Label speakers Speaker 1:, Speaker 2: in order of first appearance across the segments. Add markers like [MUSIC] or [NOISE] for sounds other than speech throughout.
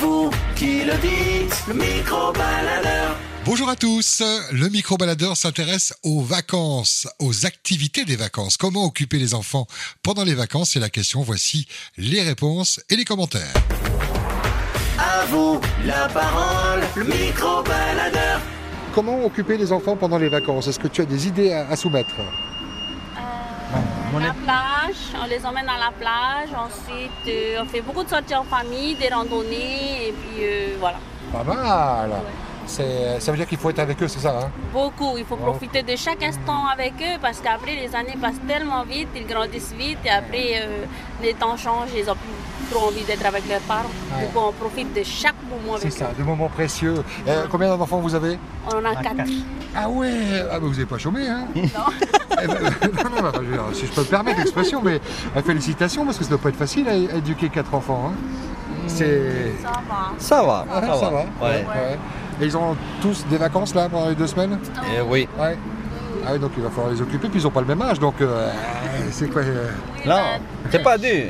Speaker 1: vous qui le dites, le micro-baladeur.
Speaker 2: Bonjour à tous. Le micro-baladeur s'intéresse aux vacances, aux activités des vacances. Comment occuper les enfants pendant les vacances C'est la question. Voici les réponses et les commentaires.
Speaker 1: À vous la parole, le micro-baladeur.
Speaker 2: Comment occuper les enfants pendant les vacances Est-ce que tu as des idées à, à soumettre
Speaker 3: Euh, la plage, on les emmène à la plage. Ensuite, euh, on fait beaucoup de sorties en famille, des randonnées, et puis euh, voilà.
Speaker 2: Pas mal. C'est- Ça veut dire qu'il faut être avec eux, c'est ça hein
Speaker 3: Beaucoup. Il faut profiter de chaque instant avec eux parce qu'après, les années passent tellement vite, ils grandissent vite, et après, euh, les temps changent, ils ont plus trop envie d'être avec leurs parents.
Speaker 2: Ouais.
Speaker 3: Du coup, on profite de chaque moment
Speaker 2: C'est
Speaker 3: avec
Speaker 2: ça,
Speaker 3: eux.
Speaker 2: des moments précieux. Euh, combien d'enfants vous avez
Speaker 3: On en a quatre.
Speaker 2: Ah ouais Ah bah vous n'avez pas chômé, hein [LAUGHS] Non. non, non, bah, je veux dire, si je peux me permettre l'expression, mais euh, félicitations, parce que ça doit pas être facile à é- éduquer quatre enfants. hein. C'est...
Speaker 3: Ça va.
Speaker 4: Ça va,
Speaker 2: Ah, ça, va,
Speaker 4: Ouais.
Speaker 2: ouais. Et ils ont tous des vacances, là, pendant les deux semaines
Speaker 4: Eh oui.
Speaker 2: Ouais. Ah oui, donc il va falloir les occuper, puis ils n'ont pas le même âge, donc euh, c'est quoi euh,
Speaker 4: Non, t'es pas dû.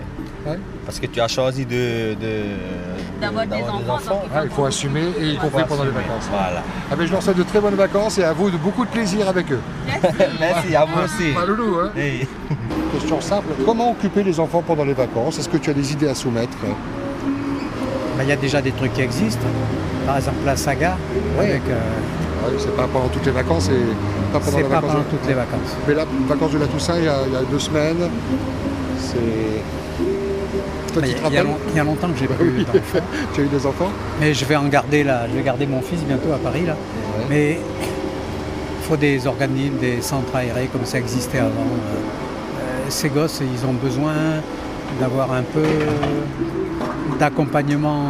Speaker 2: Ouais.
Speaker 4: Parce que tu as choisi de. de
Speaker 3: D'avoir des enfants, donc
Speaker 2: ah, Il faut assumer, et y compris pendant les vacances.
Speaker 4: Voilà.
Speaker 2: Ah, ben, je leur souhaite de très bonnes vacances et à vous de beaucoup de plaisir avec eux.
Speaker 4: Merci Eh, à vous aussi. Eh.
Speaker 2: Pas loulou, hein
Speaker 4: Hey.
Speaker 2: Question simple, comment occuper les enfants pendant les vacances Est-ce que tu as des idées à soumettre
Speaker 5: Bah, Il y a déjà des trucs qui existent. Par exemple, la saga, avec, euh,
Speaker 2: Ouais, C'est pas pendant toutes les vacances et pas pendant
Speaker 5: c'est
Speaker 2: les
Speaker 5: pas
Speaker 2: vacances.
Speaker 5: pendant toutes les vacances.
Speaker 2: Mais là, vacances de la Toussaint, il y a, il y a deux semaines, c'est... Toi,
Speaker 5: Bah,
Speaker 2: tu
Speaker 5: Il
Speaker 2: te
Speaker 5: y a- il y, a
Speaker 2: rappelles
Speaker 5: long- il y a longtemps que j'ai
Speaker 2: Bah
Speaker 5: pas eu
Speaker 2: oui.
Speaker 5: d'enfant.
Speaker 2: [LAUGHS] Tu as eu des enfants
Speaker 5: Mais je vais en garder là. Je vais garder mon fils bientôt à Paris là.
Speaker 2: Ouais.
Speaker 5: Mais il faut des organismes, des centres aérés comme ça existait avant. Euh, euh, ces gosses, ils ont besoin d'avoir un peu d'accompagnement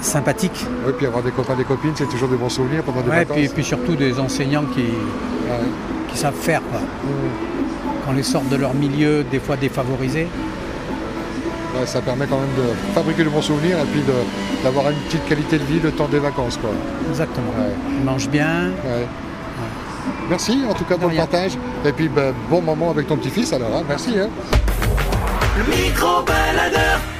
Speaker 5: sympathique.
Speaker 2: Oui, puis avoir des copains, des copines, c'est toujours des bons souvenirs pendant les
Speaker 5: Ouais,
Speaker 2: vacances.
Speaker 5: puis, puis surtout des enseignants qui,
Speaker 2: Ouais.
Speaker 5: qui savent faire. quoi. Qu'on les sorte de leur milieu, des fois défavorisé.
Speaker 2: Ouais, ça permet quand même de fabriquer de bons souvenirs et puis de- d'avoir une petite qualité de vie le temps des vacances. Quoi.
Speaker 5: Exactement.
Speaker 2: Ouais.
Speaker 5: Ils mangent bien.
Speaker 2: Ouais. Merci en tout cas pour le
Speaker 5: rien.
Speaker 2: partage. Et puis ben, bon moment avec ton petit-fils alors. hein. Merci. hein.
Speaker 1: Le micro-baladeur.